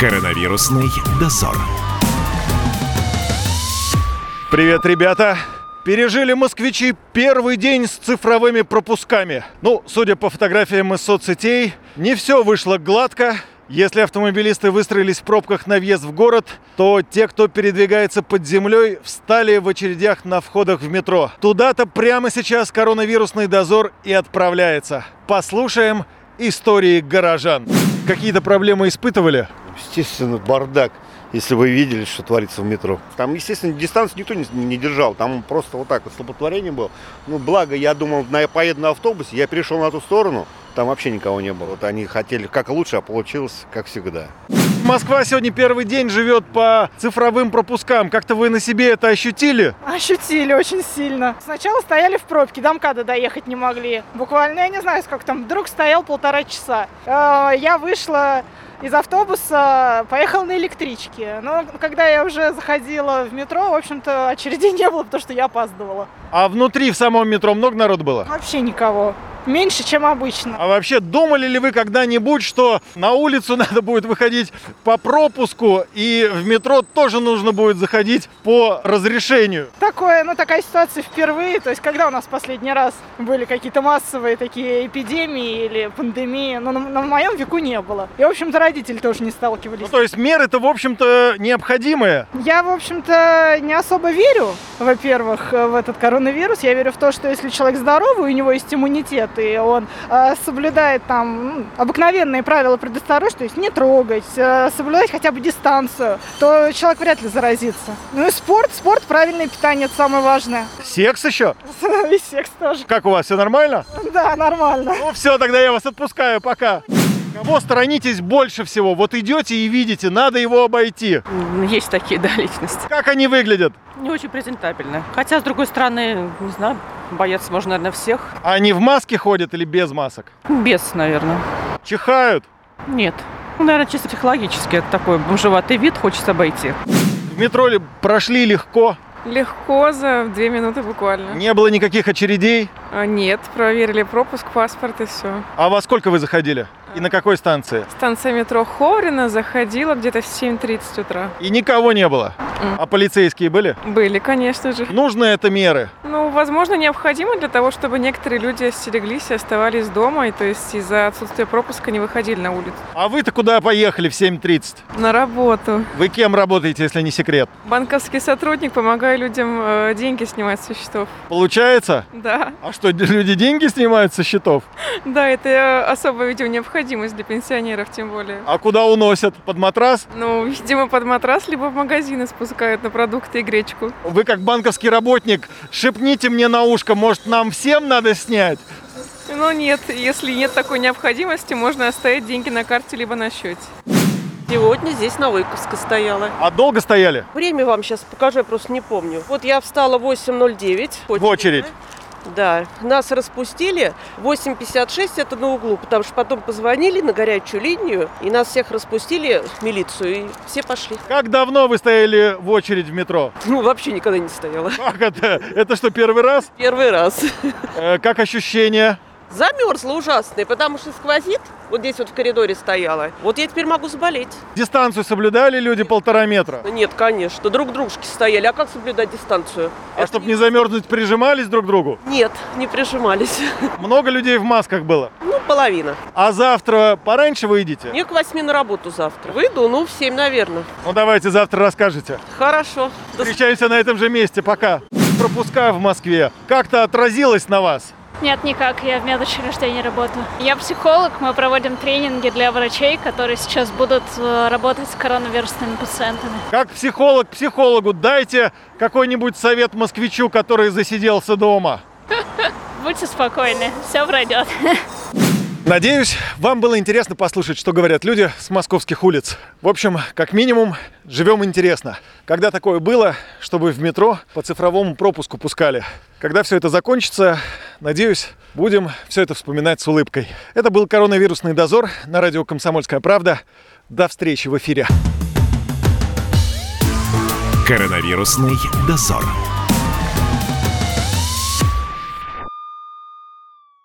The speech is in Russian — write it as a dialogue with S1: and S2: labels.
S1: Коронавирусный дозор.
S2: Привет, ребята! Пережили москвичи первый день с цифровыми пропусками. Ну, судя по фотографиям из соцсетей, не все вышло гладко. Если автомобилисты выстроились в пробках на въезд в город, то те, кто передвигается под землей, встали в очередях на входах в метро. Туда-то прямо сейчас коронавирусный дозор и отправляется. Послушаем истории горожан. Какие-то проблемы испытывали?
S3: Естественно, бардак, если вы видели, что творится в метро. Там, естественно, дистанцию никто не, не держал. Там просто вот так вот столпотворение было. Ну, благо, я думал, на, я поеду на автобусе, я перешел на ту сторону, там вообще никого не было. Вот они хотели как лучше, а получилось как всегда.
S2: Москва сегодня первый день живет по цифровым пропускам. Как-то вы на себе это ощутили?
S4: Ощутили очень сильно. Сначала стояли в пробке, до МКАДа доехать не могли. Буквально, я не знаю, сколько там, вдруг стоял полтора часа. Э, Я вышла из автобуса, поехала на электричке. Но когда я уже заходила в метро, в общем-то, очереди не было, потому что я опаздывала.
S2: А внутри в самом метро много народу было?
S4: Вообще никого. Меньше, чем обычно.
S2: А вообще, думали ли вы когда-нибудь, что на улицу надо будет выходить по пропуску, и в метро тоже нужно будет заходить по разрешению?
S4: Такое, ну, такая ситуация впервые. То есть, когда у нас последний раз были какие-то массовые такие эпидемии или пандемии, но на, на моем веку не было. И, в общем-то, родители тоже не сталкивались.
S2: Ну, то есть меры-то, в общем-то, необходимые.
S4: Я, в общем-то, не особо верю, во-первых, э, в этот коронавирус. Я верю в то, что если человек здоровый, у него есть иммунитет, и он э, соблюдает там ну, обыкновенные правила предосторожности, то есть не трогать, э, соблюдать хотя бы дистанцию, то человек вряд ли заразится. Ну и спорт, спорт, правильное питание, это самое важное.
S2: Секс еще?
S4: И секс тоже.
S2: Как у вас, все нормально?
S4: Да, нормально.
S2: Ну все, тогда я вас отпускаю, пока. Кого сторонитесь больше всего? Вот идете и видите, надо его обойти.
S5: М, Есть такие, да, личности.
S2: Как они выглядят?
S5: Не очень презентабельно. Хотя, с другой стороны, не знаю, бояться можно, наверное, всех.
S2: Они в маске ходят или без масок?
S5: Без, наверное.
S2: Чихают.
S5: Нет. Ну, наверное, чисто психологически это такой бомжеватый вид, хочется обойти.
S2: В метро ли прошли легко?
S6: Легко, за две минуты буквально.
S2: Не было никаких очередей?
S6: А, Нет, проверили пропуск, паспорт и все.
S2: А во сколько вы заходили? И на какой станции?
S6: Станция метро Ховрина заходила где-то в 7.30 утра.
S2: И никого не было. А полицейские были?
S6: Были, конечно же.
S2: Нужны это меры.
S6: Ну, возможно, необходимо для того, чтобы некоторые люди остереглись и оставались дома, и то есть из-за отсутствия пропуска не выходили на улицу.
S2: А вы-то куда поехали в 7.30?
S6: На работу.
S2: Вы кем работаете, если не секрет?
S6: Банковский сотрудник, помогая людям э, деньги снимать со счетов.
S2: Получается?
S6: Да,
S2: А что, люди деньги снимают со счетов?
S6: да, это э, особая, видимо, необходимость для пенсионеров, тем более.
S2: А куда уносят? Под матрас?
S6: Ну, видимо, под матрас, либо в магазины спускают на продукты и гречку.
S2: Вы как банковский работник, шепните мне на ушко, может, нам всем надо снять?
S6: Но Ну нет, если нет такой необходимости, можно оставить деньги на карте либо на счете.
S7: Сегодня здесь на Войковской стояла.
S2: А долго стояли?
S7: Время вам сейчас покажу, я просто не помню. Вот я встала 8.09.
S2: В очередь.
S7: Да. Нас распустили. 8.56 это на углу, потому что потом позвонили на горячую линию, и нас всех распустили в милицию, и все пошли.
S2: Как давно вы стояли в очередь в метро?
S7: Ну, вообще никогда не стояла.
S2: Как это? Это что, первый раз?
S7: Первый раз.
S2: Э, как ощущения?
S7: Замерзла ужасно, и потому что сквозит. Вот здесь вот в коридоре стояла. Вот я теперь могу заболеть.
S2: Дистанцию соблюдали люди полтора метра?
S7: Нет, конечно, друг дружки стояли. А как соблюдать дистанцию?
S2: А
S7: Это
S2: чтобы не замерзнуть, прижимались друг к другу?
S7: Нет, не прижимались.
S2: Много людей в масках было.
S7: Ну, половина.
S2: А завтра пораньше выйдете?
S7: Мне к восьми на работу завтра. Выйду, ну, в семь, наверное.
S2: Ну давайте завтра расскажете.
S7: Хорошо. До
S2: Встречаемся на этом же месте. Пока. Пропуска в Москве как-то отразилось на вас?
S8: Нет, никак, я в медучреждении работаю. Я психолог, мы проводим тренинги для врачей, которые сейчас будут э, работать с коронавирусными пациентами.
S2: Как психолог психологу дайте какой-нибудь совет москвичу, который засиделся дома.
S8: Будьте спокойны, все пройдет.
S2: Надеюсь, вам было интересно послушать, что говорят люди с московских улиц. В общем, как минимум, живем интересно. Когда такое было, чтобы в метро по цифровому пропуску пускали. Когда все это закончится, надеюсь, будем все это вспоминать с улыбкой. Это был коронавирусный дозор на радио «Комсомольская правда». До встречи в эфире.
S1: Коронавирусный дозор.